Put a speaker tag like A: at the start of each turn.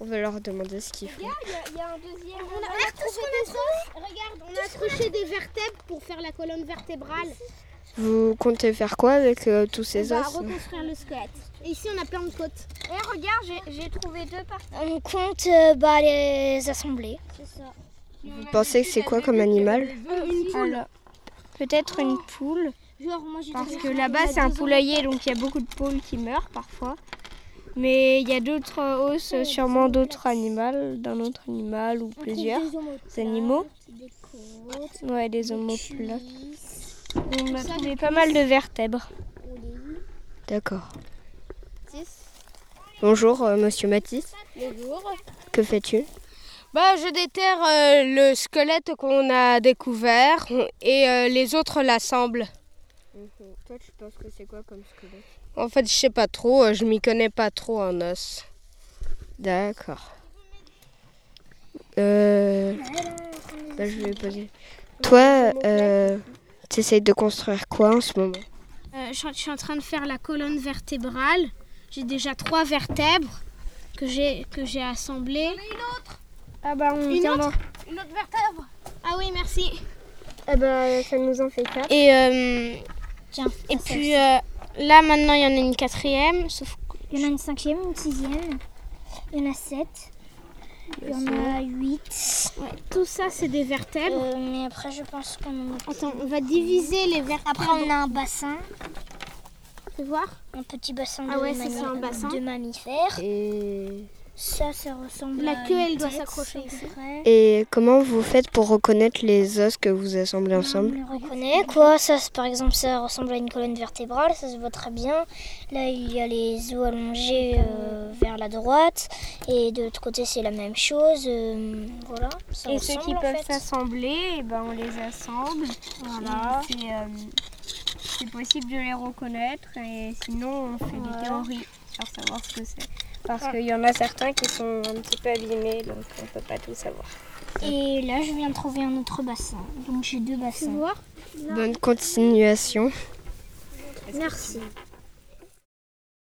A: On va leur demander ce qu'ils font.
B: Regarde, il y a- il y, a un deuxième.
C: On a- regarde tout ce qu'on a
B: trouvé. Regarde, on a accroché des vertèbres pour faire la colonne vertébrale.
A: Vous comptez faire quoi avec euh, tous
B: On
A: ces
B: va
A: os
B: reconstruire le squelette. Et ici, on a plein de côtes.
C: Et regarde, j'ai- j'ai trouvé deux parties.
D: On compte euh, bah, les assembler.
B: C'est ça.
A: Vous pensez que c'est quoi comme animal
B: Une poule.
E: Peut-être une poule,
B: Genre, moi, j'ai
E: parce
B: trouvé
E: que
B: ça,
E: là-bas
B: il y a
E: c'est un
B: deux ans.
E: poulailler, donc il y a beaucoup de poules qui meurent parfois. Mais il y a d'autres euh, os, euh, sûrement d'autres animaux, d'un autre animal ou
B: On trouve
E: plusieurs
B: des omoplates,
E: animaux.
B: des côtes,
E: Ouais, des omoplates.
B: cuisses,
E: On a trouvé pas mal de vertèbres.
B: on les-
A: D'accord. Bonjour, euh, monsieur Matisse. Que fais-tu
F: Bah, je déterre euh, le squelette qu'on a découvert on- et euh, les autres l'assemblent.
A: Mhm. Toi, tu penses que c'est quoi comme squelette
F: En fait, je sais pas trop, euh, je m'y connais pas trop en os.
A: D'accord. Euh. bah, je vais poser. Toi, euh, t'essayes de construire quoi en ce moment
B: Euh, je, je suis en train de faire la colonne vertébrale. J'ai déjà trois vertèbres que j'ai que j'ai assemblées.
E: Ah bah on
B: Une
E: vient d'en-
B: autre Eh Une autre vertèbre Ah oui, merci.
E: Ah
B: ben,
E: bah ça nous en fait quatre.
C: Et, euh,
B: Tiens,
C: et puis euh, là, maintenant, il y en a une quatrième. Sauf que
D: Il y en a une cinquième, une sixième, il y en a sept, il y en a huit.
B: Tout ça, c'est des vertèbres.
D: Euh, mais après, je pense qu'on en a.
B: Attends, on va diviser les vertèbres.
D: Après, on a un bassin,
B: Tu vois
D: un petit bassin
B: Ah
D: de,
B: ouais, ça, c'est un bassin.
D: de mammifères.
A: Et.
D: Ça, ça ressemble
B: La
D: à
B: queue,
D: une
B: elle doit
D: tête,
B: s'accrocher
D: à peu
B: ici.
D: près.
A: Et comment vous faites pour reconnaître les os que vous assemblez ensemble
D: On le reconnaît, quoi. Ça, c'est- par exemple, ça ressemble à une colonne vertébrale, ça se voit très bien. Là, il y a les os allongés euh, vers la droite, et de l'autre côté, c'est la même chose. euh, voilà, ça
E: Et ceux
D: ressemble
E: qui
D: en
E: peuvent
D: fait.
E: s'assembler, eh ben, on les assemble. Voilà. C'est euh, c'est possible de les reconnaître et sinon on fait des théories sur savoir ce que c'est. Parce
D: Ah.
E: qu'il y en a certains qui sont un petit peu abîmés, donc on peut pas tout savoir.
D: Et là, je viens de trouver un autre bassin. Donc j'ai deux bassins.
A: Bonne continuation.
B: Merci.